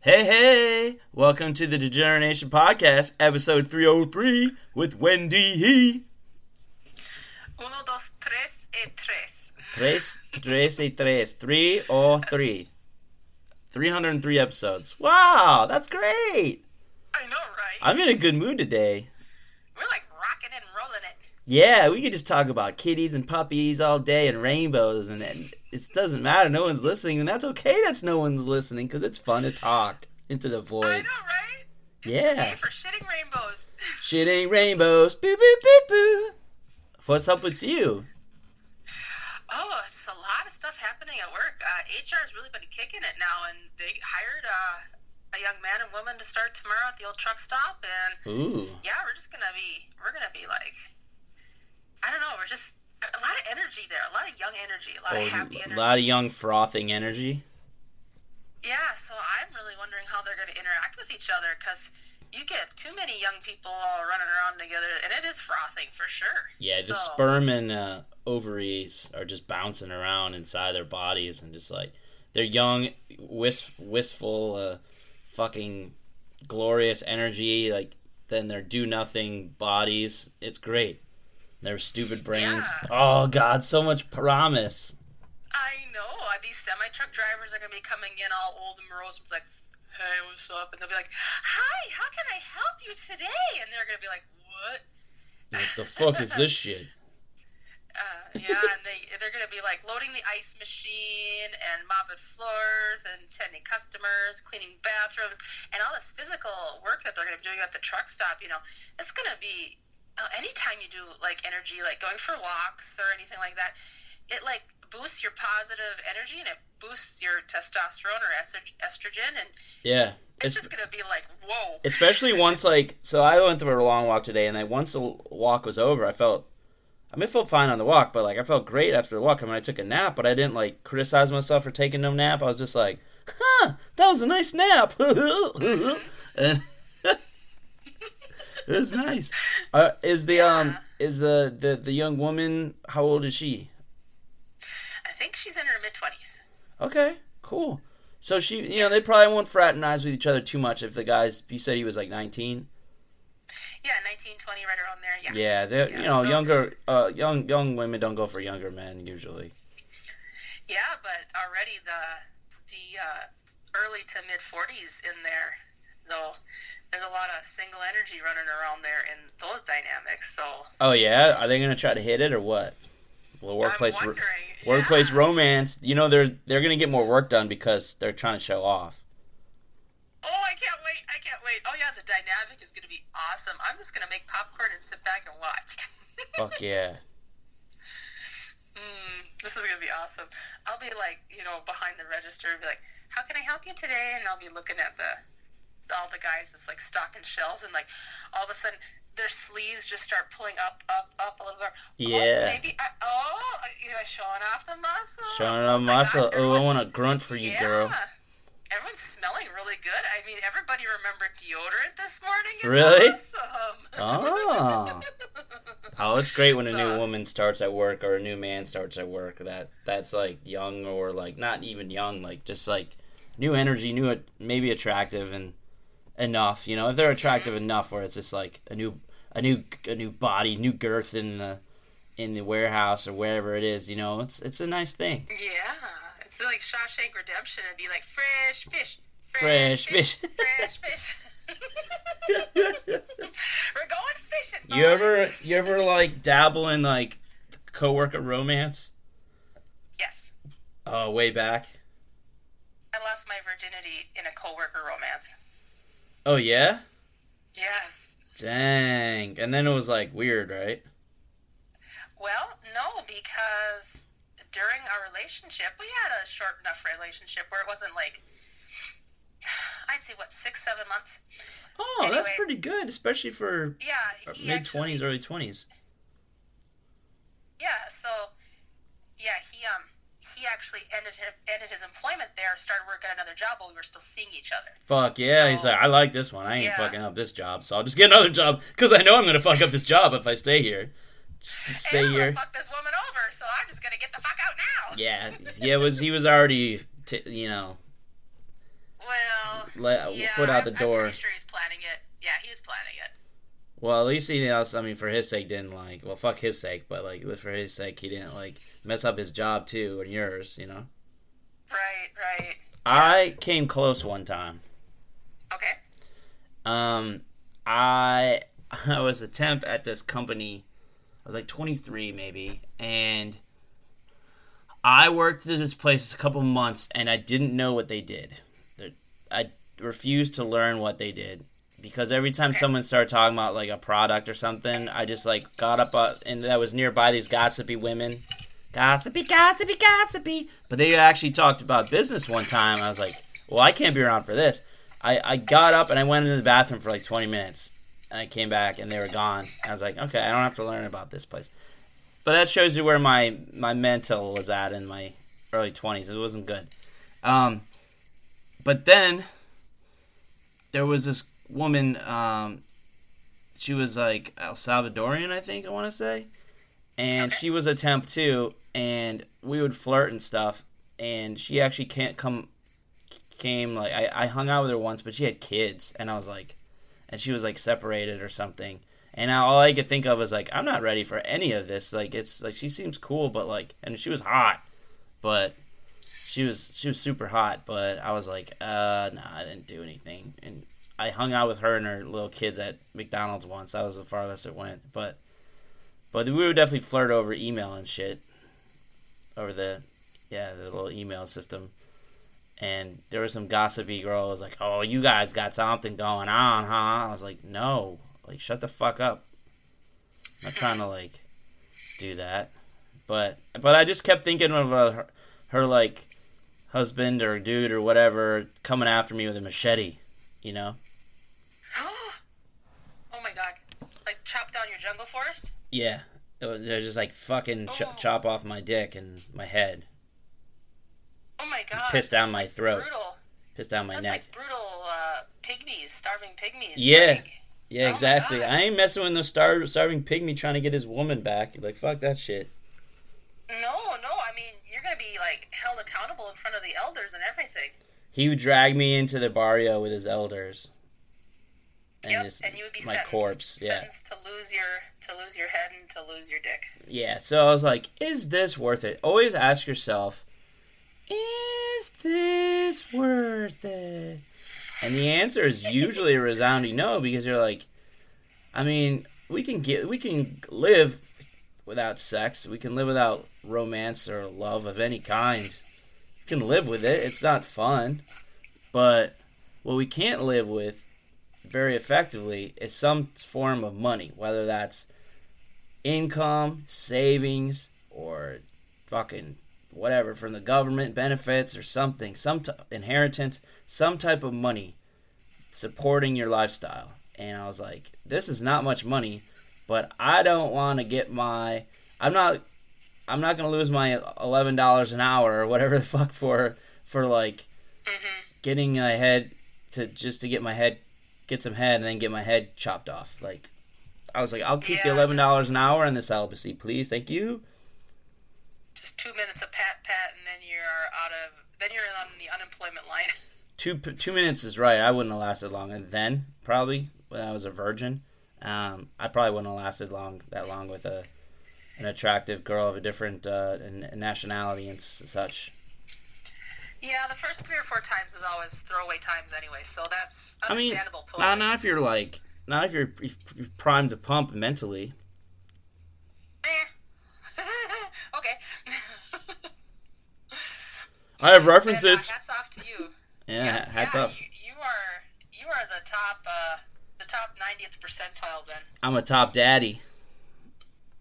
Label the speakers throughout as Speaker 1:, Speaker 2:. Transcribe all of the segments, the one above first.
Speaker 1: Hey, hey! Welcome to the Degeneration Podcast, episode 303 with Wendy He.
Speaker 2: Uno, dos, tres y tres.
Speaker 1: Tres, tres, y tres. Three, oh, three. 303 episodes. Wow, that's great!
Speaker 2: I know, right?
Speaker 1: I'm in a good mood today.
Speaker 2: We're like rocking and rolling it.
Speaker 1: Yeah, we could just talk about kitties and puppies all day and rainbows, and, and it doesn't matter. No one's listening, and that's okay that's no one's listening because it's fun to talk into the
Speaker 2: I
Speaker 1: void.
Speaker 2: know, right? Hey,
Speaker 1: Yeah.
Speaker 2: for shitting rainbows.
Speaker 1: Shitting rainbows. Boo, boo, boo, boo. What's up with you?
Speaker 2: Oh, it's a lot of stuff happening at work. Uh, HR's really been kicking it now, and they hired uh, a young man and woman to start tomorrow at the old truck stop. And
Speaker 1: Ooh.
Speaker 2: yeah, we're just gonna be, we're gonna be like, I don't know, we're just a lot of energy there, a lot of young energy, a lot of happy
Speaker 1: Oh, a
Speaker 2: energy.
Speaker 1: lot of young frothing energy.
Speaker 2: Yeah, so I'm really wondering how they're going to interact with each other because you get too many young people all running around together, and it is frothing for sure.
Speaker 1: Yeah, the
Speaker 2: So-
Speaker 1: sperm and uh, ovaries are just bouncing around inside their bodies and just like their young, wist- wistful, uh, fucking glorious energy. Like then their do nothing bodies. It's great. Their stupid brains.
Speaker 2: Yeah.
Speaker 1: Oh God, so much promise.
Speaker 2: I know. uh, These semi truck drivers are going to be coming in all old and morose and be like, hey, what's up? And they'll be like, hi, how can I help you today? And they're going to be like, what?
Speaker 1: What the fuck is this shit?
Speaker 2: Uh, yeah, and they they're gonna be like loading the ice machine and mopping floors and tending customers, cleaning bathrooms, and all this physical work that they're gonna be doing at the truck stop. You know, it's gonna be uh, anytime you do like energy, like going for walks or anything like that. It like boosts your positive energy and it boosts your testosterone or estro- estrogen, and
Speaker 1: Yeah,
Speaker 2: it's,
Speaker 1: it's
Speaker 2: just gonna be like whoa.
Speaker 1: especially once like so i went through a long walk today and then once the walk was over i felt i mean i felt fine on the walk but like i felt great after the walk i mean i took a nap but i didn't like criticize myself for taking no nap i was just like huh that was a nice nap and it was nice uh, is the um is the, the the young woman how old is she
Speaker 2: I think she's in her mid twenties.
Speaker 1: okay cool so she you know they probably won't fraternize with each other too much if the guys you said he was like 19
Speaker 2: Yeah, 19, 20, right around there. Yeah.
Speaker 1: Yeah, they're you
Speaker 2: Yeah,
Speaker 1: know
Speaker 2: so-
Speaker 1: younger, uh, young young women don't go for younger men usually.
Speaker 2: Yeah, but already the the uh, early to mid forties in there, though. There's a lot of single energy running around there in those dynamics. So
Speaker 1: Oh yeah, are they gonna try to hit it or what? Well, workplace
Speaker 2: I'm
Speaker 1: ro-
Speaker 2: wondering.
Speaker 1: workplace
Speaker 2: yeah.
Speaker 1: romance. You know they're they're gonna get more work done because they're trying to show off.
Speaker 2: Oh, I can't wait! I can't wait! Oh yeah, the dynamic is gonna be awesome. I'm just gonna make popcorn and sit back and watch.
Speaker 1: Fuck yeah.
Speaker 2: mm, this is gonna be awesome. I'll be like, you know, behind the register, and be like, "How can I help you today?" And I'll be looking at the all the guys just like stocking shelves, and like all of a sudden their sleeves just start pulling up, up, up a little bit.
Speaker 1: Yeah.
Speaker 2: Oh, maybe I, oh, you know, showing off the muscle.
Speaker 1: Showing off
Speaker 2: Oh my
Speaker 1: muscle.
Speaker 2: gosh,
Speaker 1: Oh, I
Speaker 2: everyone's-
Speaker 1: want to grunt for you, girl.
Speaker 2: Yeah. Everyone's smelling really good. I mean, everybody remembered deodorant this morning. It's
Speaker 1: Really?
Speaker 2: Awesome.
Speaker 1: Oh. Oh, it's great when a new
Speaker 2: So-
Speaker 1: woman starts at work or a new man starts at work. That that's like young or like not even young, like just like new energy, new maybe attractive and enough. You know, if they're attractive enough, where it's just like a new a new a new body, new girth in the in the warehouse or wherever it is. You know, it's it's a nice thing.
Speaker 2: Yeah, it's like Shawshank Redemption. It'd be like fresh fish,
Speaker 1: Fresh
Speaker 2: fresh, fish,
Speaker 1: fish.
Speaker 2: fresh fish. We're going fishing.
Speaker 1: You
Speaker 2: boys.
Speaker 1: ever you ever like dabble in like coworker romance?
Speaker 2: Yes,
Speaker 1: Oh, way back.
Speaker 2: I lost my virginity in a coworker romance.
Speaker 1: Oh yeah.
Speaker 2: Yes.
Speaker 1: Dang. And then it was like weird, right?
Speaker 2: Well, no, because during our relationship, we had a short enough relationship where it wasn't like, I'd say what six, seven months.
Speaker 1: Oh, that's
Speaker 2: Anyway.
Speaker 1: pretty good, especially for
Speaker 2: Yeah, he
Speaker 1: mid
Speaker 2: actually-
Speaker 1: twenties, early twenties.
Speaker 2: Yeah, so yeah, he um he actually ended his, ended his employment there, started working at another job while we were still seeing each other.
Speaker 1: Fuck yeah! He's
Speaker 2: So-
Speaker 1: like, I like this one. I ain't
Speaker 2: Yeah.
Speaker 1: fucking up this job, so I'll just get another job because I know I'm gonna fuck up this job if I stay here. Just stay
Speaker 2: and I'm
Speaker 1: here.
Speaker 2: gonna fuck this woman over, so I'm just gonna get the fuck out now.
Speaker 1: Yeah, yeah. It was he was already, t- you know,
Speaker 2: Well,
Speaker 1: let
Speaker 2: Yeah,
Speaker 1: foot out the
Speaker 2: I'm- I'm
Speaker 1: door.
Speaker 2: pretty sure he's planning it. Yeah, he was planning it.
Speaker 1: Well, at least he knows. I mean, for his sake, didn't like. Well, fuck his sake, but like for his sake, he didn't like mess up his job too and yours. You know,
Speaker 2: Right, right.
Speaker 1: I came close one time.
Speaker 2: Okay.
Speaker 1: Um, I I was a temp at this company. I was like 23 maybe, and I worked at this place a couple months, and I didn't know what they did. They're- I refused to learn what they did because every time someone started talking about like a product or something, I just like got up uh, and that was nearby these gossipy women. Gossipy, gossipy, gossipy. But they actually talked about business one time. I was like, well, I can't be around for this. I, I got up and I went into the bathroom for like 20 minutes. And I came back and they were gone. I was like, okay, I don't have to learn about this place. But that shows you where my, my mental was at in my early 20s. It wasn't good. Um, but then there was this woman. Um, she was like El Salvadorian, I think I want to say, and she was a temp too. And we would flirt and stuff. And she actually can't come. Came like I, I hung out with her once, but she had kids, and I was like, and she was like separated or something. And now all I could think of was like, I'm not ready for any of this. Like it's like she seems cool, but like, and she was hot, but she was she was super hot, but I was like, uh, nah, I didn't do anything. And I hung out with her and her little kids at McDonald's once. That was the farthest it went, but but we would definitely flirt over email and shit, over the yeah the little email system. And there was some gossipy girl who was like, "Oh, you guys got something going on, huh?" I was like, "No, like shut the fuck up." I'm not trying to like do that, but but I just kept thinking of uh, her, her like husband or dude or whatever coming after me with a machete, you know?
Speaker 2: oh my god. Like chop down your jungle forest?
Speaker 1: Yeah. It was- They're just like fucking ch-
Speaker 2: Oh.
Speaker 1: chop off my dick and my head,
Speaker 2: Oh my god.
Speaker 1: Piss down my
Speaker 2: That's, like,
Speaker 1: throat.
Speaker 2: Brutal.
Speaker 1: piss down my
Speaker 2: That's
Speaker 1: neck.
Speaker 2: like brutal uh, pygmies, starving pygmies.
Speaker 1: Yeah.
Speaker 2: Like, oh
Speaker 1: yeah,
Speaker 2: my
Speaker 1: exactly.
Speaker 2: God.
Speaker 1: I ain't messing with no star- starving pygmy trying to get his woman back. Like, fuck that shit.
Speaker 2: no, no. I mean, you're gonna be like held accountable in front of the elders and everything.
Speaker 1: He would drag me into the barrio with his elders.
Speaker 2: yep.
Speaker 1: just
Speaker 2: And you would be
Speaker 1: my
Speaker 2: sentenced,
Speaker 1: corpse. Yeah.
Speaker 2: sentenced to lose your to lose your head and to lose your dick.
Speaker 1: Yeah, so I was like, is this worth it? Always ask yourself, is this worth it? And the answer is usually a resounding no because you're like, I mean, we can get we can live without sex. We can live without romance or love of any kind. We can live with it. It's not fun. But what we can't live with very effectively is some form of money, whether that's income, savings, or fucking whatever from the government, benefits or something, some t- inheritance, some type of money supporting your lifestyle. And I was like, this is not much money, but I don't want to get my I'm not I'm not going to lose my $11 an hour or whatever the fuck for for like
Speaker 2: Mm-hmm.
Speaker 1: getting a head to just to get my head get some head and then get my head chopped off. Like I was like, I'll keep the
Speaker 2: Yeah,
Speaker 1: eleven dollars an hour in the celibacy, please. Thank you.
Speaker 2: Just two minutes of pat pat, and then you're out of. Then you're on the unemployment line.
Speaker 1: Two p- two minutes is right. I wouldn't have lasted long. And then probably when I was a virgin, um, I probably wouldn't have lasted long that long with a an attractive girl of a different uh, n- nationality and s- such.
Speaker 2: Yeah, the first three or four times is always throwaway times anyway, so that's
Speaker 1: I mean,
Speaker 2: understandable
Speaker 1: not,
Speaker 2: totally.
Speaker 1: not if you're like not if you're if you're primed to pump mentally.
Speaker 2: Eh. okay.
Speaker 1: I have
Speaker 2: Then, uh,
Speaker 1: references.
Speaker 2: hats off to you.
Speaker 1: Yeah, hats
Speaker 2: yeah,
Speaker 1: off.
Speaker 2: You, you are you are the top uh, the top ninetieth percentile then.
Speaker 1: I'm a top daddy.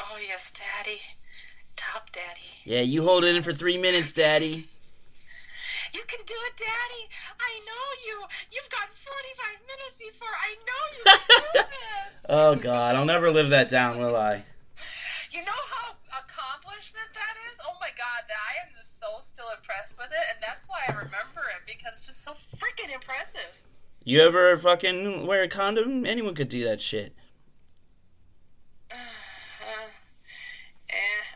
Speaker 2: Oh yes, daddy. Top daddy.
Speaker 1: Yeah, you hold it in for three minutes, daddy.
Speaker 2: You can do it, daddy. I know you. You've got forty five minutes before I know you can do this.
Speaker 1: Oh God, I'll never live that down, will I?
Speaker 2: You know how accomplishment that is? Oh my god, that I am just so still impressed with it, and that's why I remember it because it's just so freaking impressive.
Speaker 1: You ever fucking wear a condom? Anyone could do that shit.
Speaker 2: Uh, eh,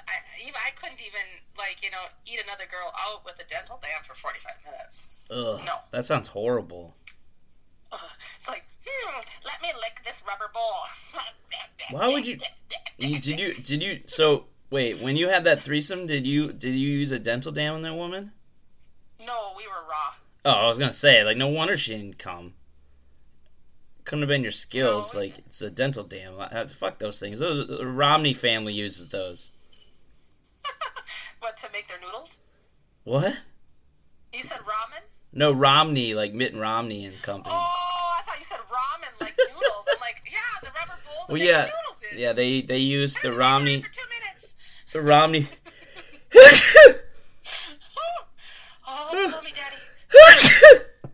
Speaker 2: I, even, I couldn't even like you know eat another girl out with a dental dam for forty five minutes.
Speaker 1: Ugh,
Speaker 2: No.
Speaker 1: that sounds horrible.
Speaker 2: hmm, rubber bowl.
Speaker 1: Why would you- You- Did you? Did you? So wait, when you had that threesome, did you? Did you use a dental dam on that woman?
Speaker 2: No, we were raw.
Speaker 1: Oh, I was gonna say, like, no wonder she didn't come. Couldn't have been your skills.
Speaker 2: No.
Speaker 1: Like, it's a dental dam. Uh, Fuck those things. Those, the Romney family uses those.
Speaker 2: What to make their noodles?
Speaker 1: What?
Speaker 2: You said ramen.
Speaker 1: No, Romney, like Mitt Romney and company.
Speaker 2: Oh, I thought you said ramen like noodles. I'm like, yeah, the rubber bowl. To
Speaker 1: well,
Speaker 2: make
Speaker 1: yeah,
Speaker 2: the noodles in.
Speaker 1: yeah. They they use
Speaker 2: I've
Speaker 1: the
Speaker 2: been doing
Speaker 1: Romney,
Speaker 2: it For two minutes.
Speaker 1: the Romney.
Speaker 2: oh, blow me, daddy. Oh, blow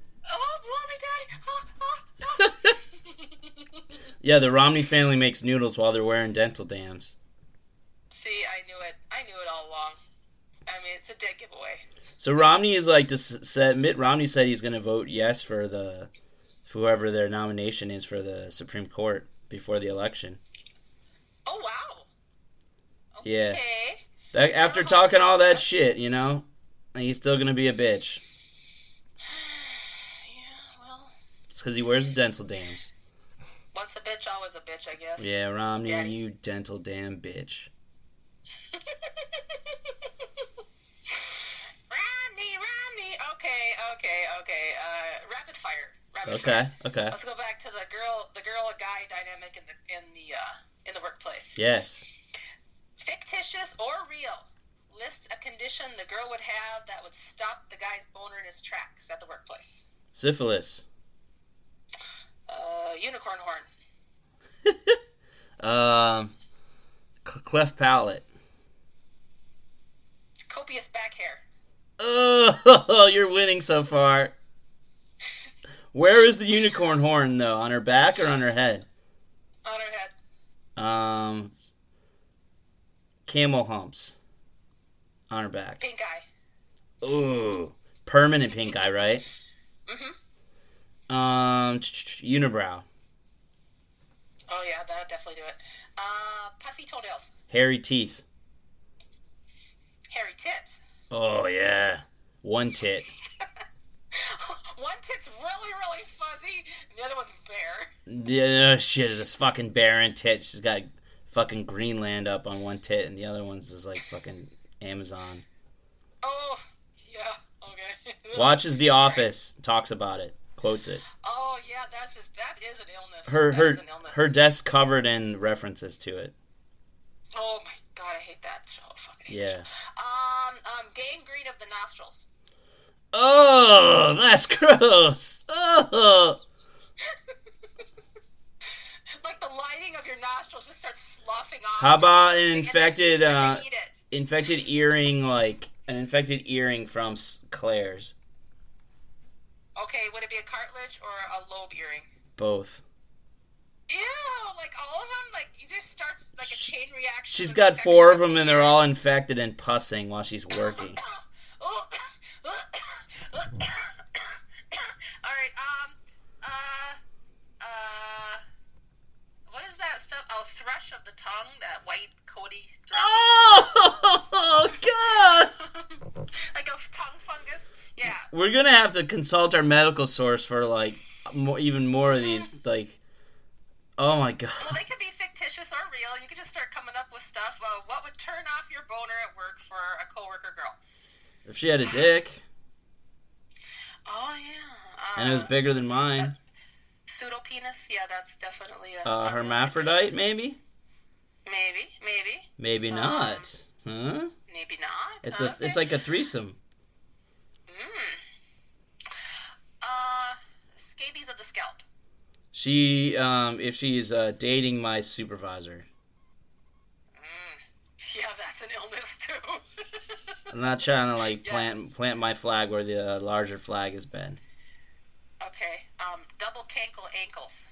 Speaker 2: me, daddy. Oh, oh, oh.
Speaker 1: yeah, the Romney family makes noodles while they're wearing dental dams.
Speaker 2: See, I knew it. I knew it all along. I mean, it's a dead giveaway.
Speaker 1: So Romney is like just said. Mitt Romney said he's going to vote yes for the for whoever their nomination is for the Supreme Court before the election.
Speaker 2: Oh wow. Okay.
Speaker 1: Yeah. That,
Speaker 2: Oh,
Speaker 1: after talking all that shit, you know, he's still going to be a bitch.
Speaker 2: Yeah. Well,
Speaker 1: It's because he wears dental dams.
Speaker 2: once a bitch, always a bitch, I guess.
Speaker 1: Yeah, Romney,
Speaker 2: Daddy.
Speaker 1: you dental dam bitch.
Speaker 2: Romney, Romney. Okay, okay, okay. Uh, rapid fire. Rapid
Speaker 1: Okay,
Speaker 2: Fire.
Speaker 1: okay.
Speaker 2: Let's go back to the girl, the girl, guy dynamic in the in the uh, in the workplace.
Speaker 1: Yes.
Speaker 2: Fictitious or real? List a condition the girl would have that would stop the guy's boner in his tracks at the workplace.
Speaker 1: Syphilis.
Speaker 2: Uh, unicorn horn.
Speaker 1: Um, cl- cleft palate.
Speaker 2: Copious back hair.
Speaker 1: Oh, you're winning so far. Where is the unicorn horn though? On her back or on her head?
Speaker 2: On her head.
Speaker 1: Um, camel humps on her back.
Speaker 2: Pink eye.
Speaker 1: Ooh, permanent pink eye, right?
Speaker 2: Mhm.
Speaker 1: Um, ch- ch- unibrow,
Speaker 2: Oh yeah, that'll definitely do it. Uh, pussy toenails.
Speaker 1: hairy teeth.
Speaker 2: Hairy tits.
Speaker 1: Oh yeah, one tit.
Speaker 2: One tit's really, really fuzzy. The other one's bare.
Speaker 1: Yeah, she has this fucking barren tit. She's got fucking Greenland up on one tit, and the other one's is like fucking Amazon.
Speaker 2: Oh, yeah. Okay.
Speaker 1: Watches The Office, talks about it, quotes it.
Speaker 2: Oh yeah, that's just that is an illness.
Speaker 1: Her
Speaker 2: That
Speaker 1: her
Speaker 2: is an illness.
Speaker 1: her desk covered in references to it.
Speaker 2: Oh my god, I hate that show. I Fucking hate that
Speaker 1: Yeah.
Speaker 2: show. Um, um, gangrene of the nostrils.
Speaker 1: Oh, that's gross. Oh,
Speaker 2: Like the lining of your nostrils just starts sloughing off.
Speaker 1: how about an
Speaker 2: And then-
Speaker 1: infected
Speaker 2: and
Speaker 1: uh
Speaker 2: then eat it.
Speaker 1: infected earring like an infected earring from S- Claire's?
Speaker 2: Okay, would it be a cartilage or a lobe earring?
Speaker 1: Both.
Speaker 2: Ew, like all of them, like you just starts like a chain reaction.
Speaker 1: She's
Speaker 2: of
Speaker 1: got
Speaker 2: infection
Speaker 1: four of
Speaker 2: up
Speaker 1: them,
Speaker 2: the
Speaker 1: and they're all infected and pussing while she's working.
Speaker 2: All right. Um. Uh. Uh. What is that stuff? Oh, thrush of the tongue. That white Cody thrush.
Speaker 1: Oh God!
Speaker 2: like a tongue fungus. Yeah.
Speaker 1: We're gonna have to consult our medical source for like more, even more of these. Like, oh my God!
Speaker 2: Well, they can be fictitious or real. You can just start coming up with stuff. Uh, what would turn off your boner at work for a coworker girl?
Speaker 1: If she had a dick
Speaker 2: Oh yeah. Uh,
Speaker 1: and it was bigger than mine,
Speaker 2: Pseudo penis. Yeah, that's definitely a.
Speaker 1: uh,
Speaker 2: a real
Speaker 1: hermaphrodite maybe,
Speaker 2: condition. Maybe.
Speaker 1: maybe
Speaker 2: Maybe.
Speaker 1: not. Huh?
Speaker 2: Maybe not. Uh,
Speaker 1: It's a,
Speaker 2: Okay.
Speaker 1: it's like a threesome.
Speaker 2: Hmm. uh, scabies of the scalp.
Speaker 1: She, um, if she's uh, dating my supervisor,
Speaker 2: Hmm. Yeah, that's an illness too.
Speaker 1: I'm not trying to like plant
Speaker 2: Yes.
Speaker 1: plant my flag where the uh, larger flag has been.
Speaker 2: okay. Um, double cankle ankles.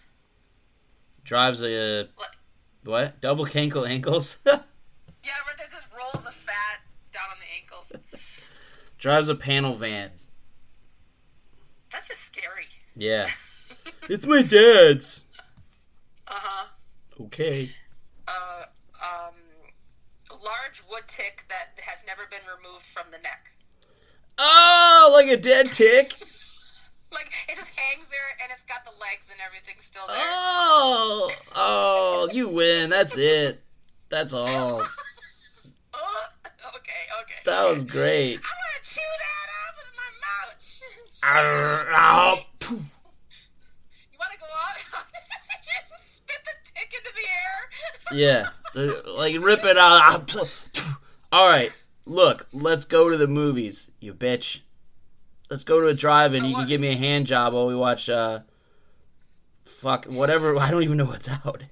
Speaker 1: Drives a
Speaker 2: What?
Speaker 1: what? Double cankle ankles.
Speaker 2: Yeah, right there just rolls of fat down on the ankles.
Speaker 1: Drives a panel van.
Speaker 2: That's just scary.
Speaker 1: Yeah. it's my dad's.
Speaker 2: Uh huh.
Speaker 1: Okay.
Speaker 2: Uh, um, large wood tick that has never been removed from the neck.
Speaker 1: Oh, like a dead tick.
Speaker 2: Like it just hangs there and it's got the legs and everything still there.
Speaker 1: Oh, oh, you win. That's it. That's all.
Speaker 2: Oh, okay, okay.
Speaker 1: That was great.
Speaker 2: I'm gonna chew that up with my mouth.
Speaker 1: Arr, ow, phew.
Speaker 2: You wanna go out? Just spit the dick into the air.
Speaker 1: Yeah, like rip it out. Ah, phew, phew. All right, look, let's go to the movies, you bitch. Let's go to a drive-in. You can give me a hand job while we watch. uh Fuck whatever. I don't even know what's out.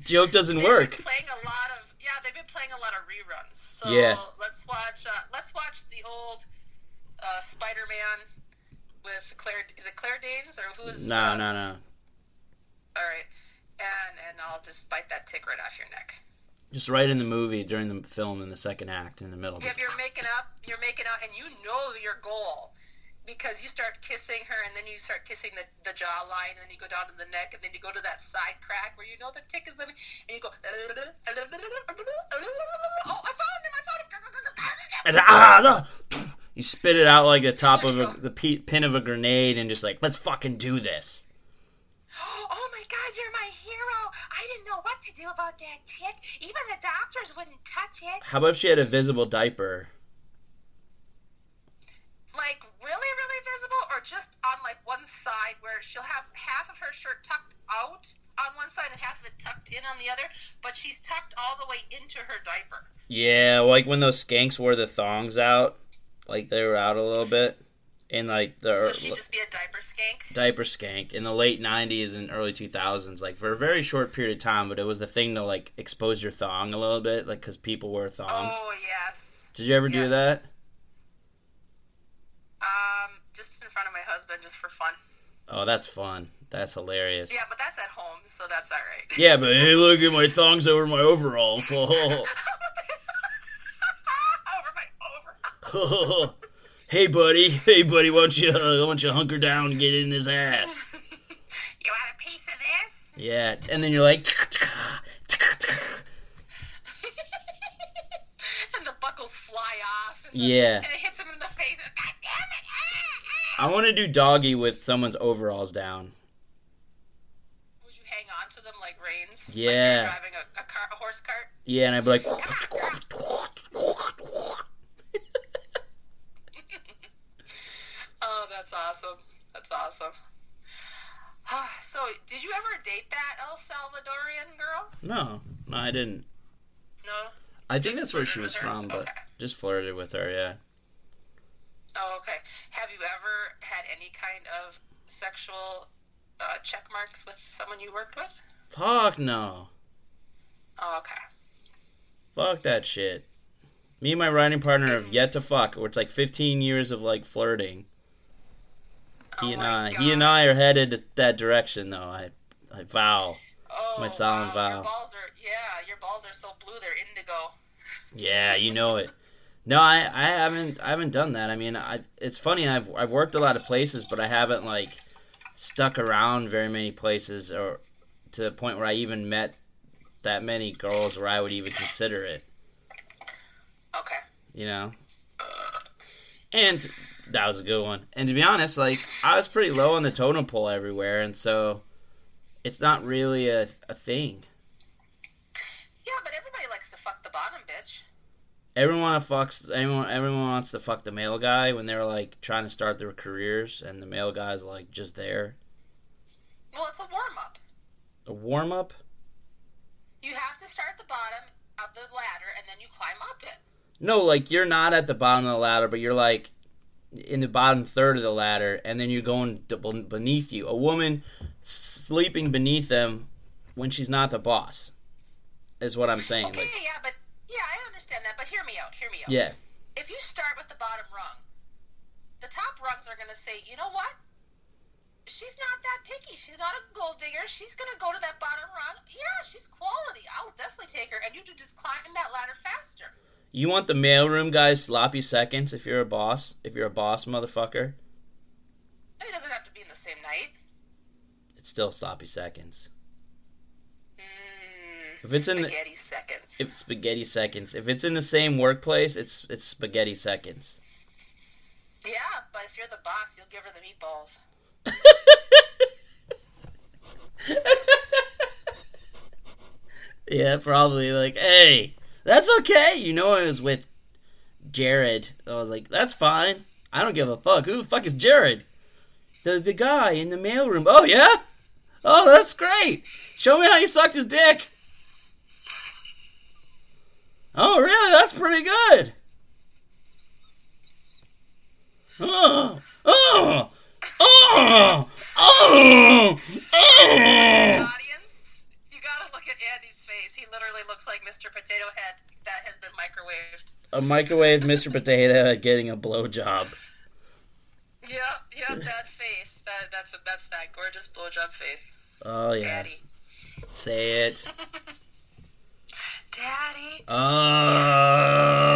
Speaker 1: Joke doesn't
Speaker 2: They've
Speaker 1: work.
Speaker 2: Been playing a lot of yeah, they've been playing a lot of reruns. So
Speaker 1: Yeah.
Speaker 2: let's watch uh, let's watch the old uh, Spider-Man with Claire. Is it Claire Danes or who's?
Speaker 1: No,
Speaker 2: uh,
Speaker 1: no, no.
Speaker 2: All right, and and I'll just bite that tick right off your neck.
Speaker 1: Just right in the movie during the film in the second act in the middle.
Speaker 2: If
Speaker 1: Just,
Speaker 2: you're making up, you're making out, and you know your goal because you start kissing her, and then you start kissing the, the jawline, and then you go down to the neck, and then you go to that side crack where you know the tick is in, and you go. Oh, I found him! I found him!
Speaker 1: and, ah, no, phew. you spit it out like the top of a, the pe- pin of a grenade and just like let's fucking do this.
Speaker 2: Oh my God, you're my hero! I didn't know what to do about that tick. Even the doctors wouldn't touch it.
Speaker 1: How about if she had a visible diaper?
Speaker 2: like really really visible or just on like one side where she'll have half of her shirt tucked out on one side and half of it tucked in on the other but she's tucked all the way into her diaper
Speaker 1: Yeah, like when those skanks wore the thongs out, like they were out a little bit, and like the
Speaker 2: so she'd just be a diaper skank
Speaker 1: diaper skank in the late '90s and early 2000s, like for a very short period of time, but it was the thing to like expose your thong a little bit, like because people wear thongs.
Speaker 2: oh yes
Speaker 1: Did you ever do
Speaker 2: yes.
Speaker 1: that?
Speaker 2: um just in front of my husband just for fun
Speaker 1: Oh, that's fun. That's hilarious.
Speaker 2: yeah but that's at home so that's all right
Speaker 1: Yeah, but hey, look at my thongs over my overalls.
Speaker 2: over my over
Speaker 1: hey, buddy. Hey, buddy. Why don't you uh, why don't you hunker down and get in his ass?
Speaker 2: you want a piece of this
Speaker 1: Yeah, and then you're like,
Speaker 2: and the buckles fly off and, the-
Speaker 1: yeah.
Speaker 2: and it hits him in the face and god damn it ah, ah.
Speaker 1: I want to do doggy with someone's overalls down.
Speaker 2: Would you hang on to them like reins?
Speaker 1: Yeah.
Speaker 2: Like you're driving a, a, car, a horse cart?
Speaker 1: Yeah, and I'd be like,
Speaker 2: Oh, that's awesome. That's awesome. so, did you ever date that El Salvadorian girl?
Speaker 1: no, no, I didn't.
Speaker 2: No?
Speaker 1: I think that's where
Speaker 2: flirted
Speaker 1: she
Speaker 2: with
Speaker 1: was
Speaker 2: her?
Speaker 1: from, but
Speaker 2: Okay.
Speaker 1: just flirted with her. Yeah.
Speaker 2: Oh, okay. Have you ever had any kind of sexual uh, check marks with someone you worked with?
Speaker 1: Fuck no.
Speaker 2: Oh, okay.
Speaker 1: Fuck that shit. Me and my riding partner have yet to fuck, where it's like 15 years of like flirting.
Speaker 2: Oh
Speaker 1: He and
Speaker 2: my
Speaker 1: I, he and
Speaker 2: God.
Speaker 1: I are headed that direction though. I, I vow.
Speaker 2: Oh,
Speaker 1: my silent
Speaker 2: wow.
Speaker 1: vow.
Speaker 2: Your balls are, yeah, your balls are so blue, they're indigo.
Speaker 1: Yeah, you know it. No, I, I haven't I haven't done that. I mean, I it's funny. I've I've worked a lot of places, but I haven't like stuck around very many places or to the point where I even met that many girls where I would even consider it.
Speaker 2: Okay.
Speaker 1: You know. And that was a good one. And to be honest, like I was pretty low on the totem pole everywhere, and so it's not really a, a thing.
Speaker 2: Yeah, but everybody likes to fuck the bottom, bitch.
Speaker 1: Everyone fucks. Everyone. Everyone wants to fuck the male guy when they're like trying to start their careers, and the male guy's like just there.
Speaker 2: Well, it's a warm up.
Speaker 1: A warm up.
Speaker 2: You have to start at the bottom of the ladder and then you climb up it.
Speaker 1: No, like you're not at the bottom of the ladder, but you're like in the bottom third of the ladder, and then you're going d- ben- beneath you. A woman sleeping beneath them when she's not the boss is what I'm saying.
Speaker 2: Okay,
Speaker 1: Like,
Speaker 2: yeah, but yeah, I understand that. But hear me out. Hear me out.
Speaker 1: yeah,
Speaker 2: If you start with the bottom rung, the top rungs are gonna say, you know what? She's not that picky. She's not a gold digger. She's gonna go to that bottom rung. Yeah, she's quality. I'll definitely take her. And you do just climb that ladder faster.
Speaker 1: you want the mailroom guy's sloppy seconds if you're a boss. If you're a boss, motherfucker,
Speaker 2: It doesn't have to be in the same night.
Speaker 1: it's still sloppy seconds.
Speaker 2: Mm,
Speaker 1: If it's in the-
Speaker 2: spaghetti seconds.
Speaker 1: If spaghetti seconds. If it's in the same workplace, it's it's spaghetti seconds.
Speaker 2: Yeah, but if you're the boss, you'll give her the meatballs.
Speaker 1: yeah, probably like, hey, that's okay. You know, I was with Jared. I was like, that's fine. I don't give a fuck. Who the fuck is Jared? The the guy in the mailroom. Oh yeah. Oh, that's great. Show me how you sucked his dick. Oh, really? That's pretty good. Oh, oh, oh, oh, oh.
Speaker 2: Audience, you gotta look at Andy's face. He literally looks like Mr. Potato Head that has been microwaved.
Speaker 1: A microwave Mr. Potato Head getting a blowjob.
Speaker 2: Yep, yep, that face. That that's that's that gorgeous blowjob face.
Speaker 1: Oh yeah,
Speaker 2: Daddy.
Speaker 1: say it.
Speaker 2: Daddy.
Speaker 1: Oh. Uh,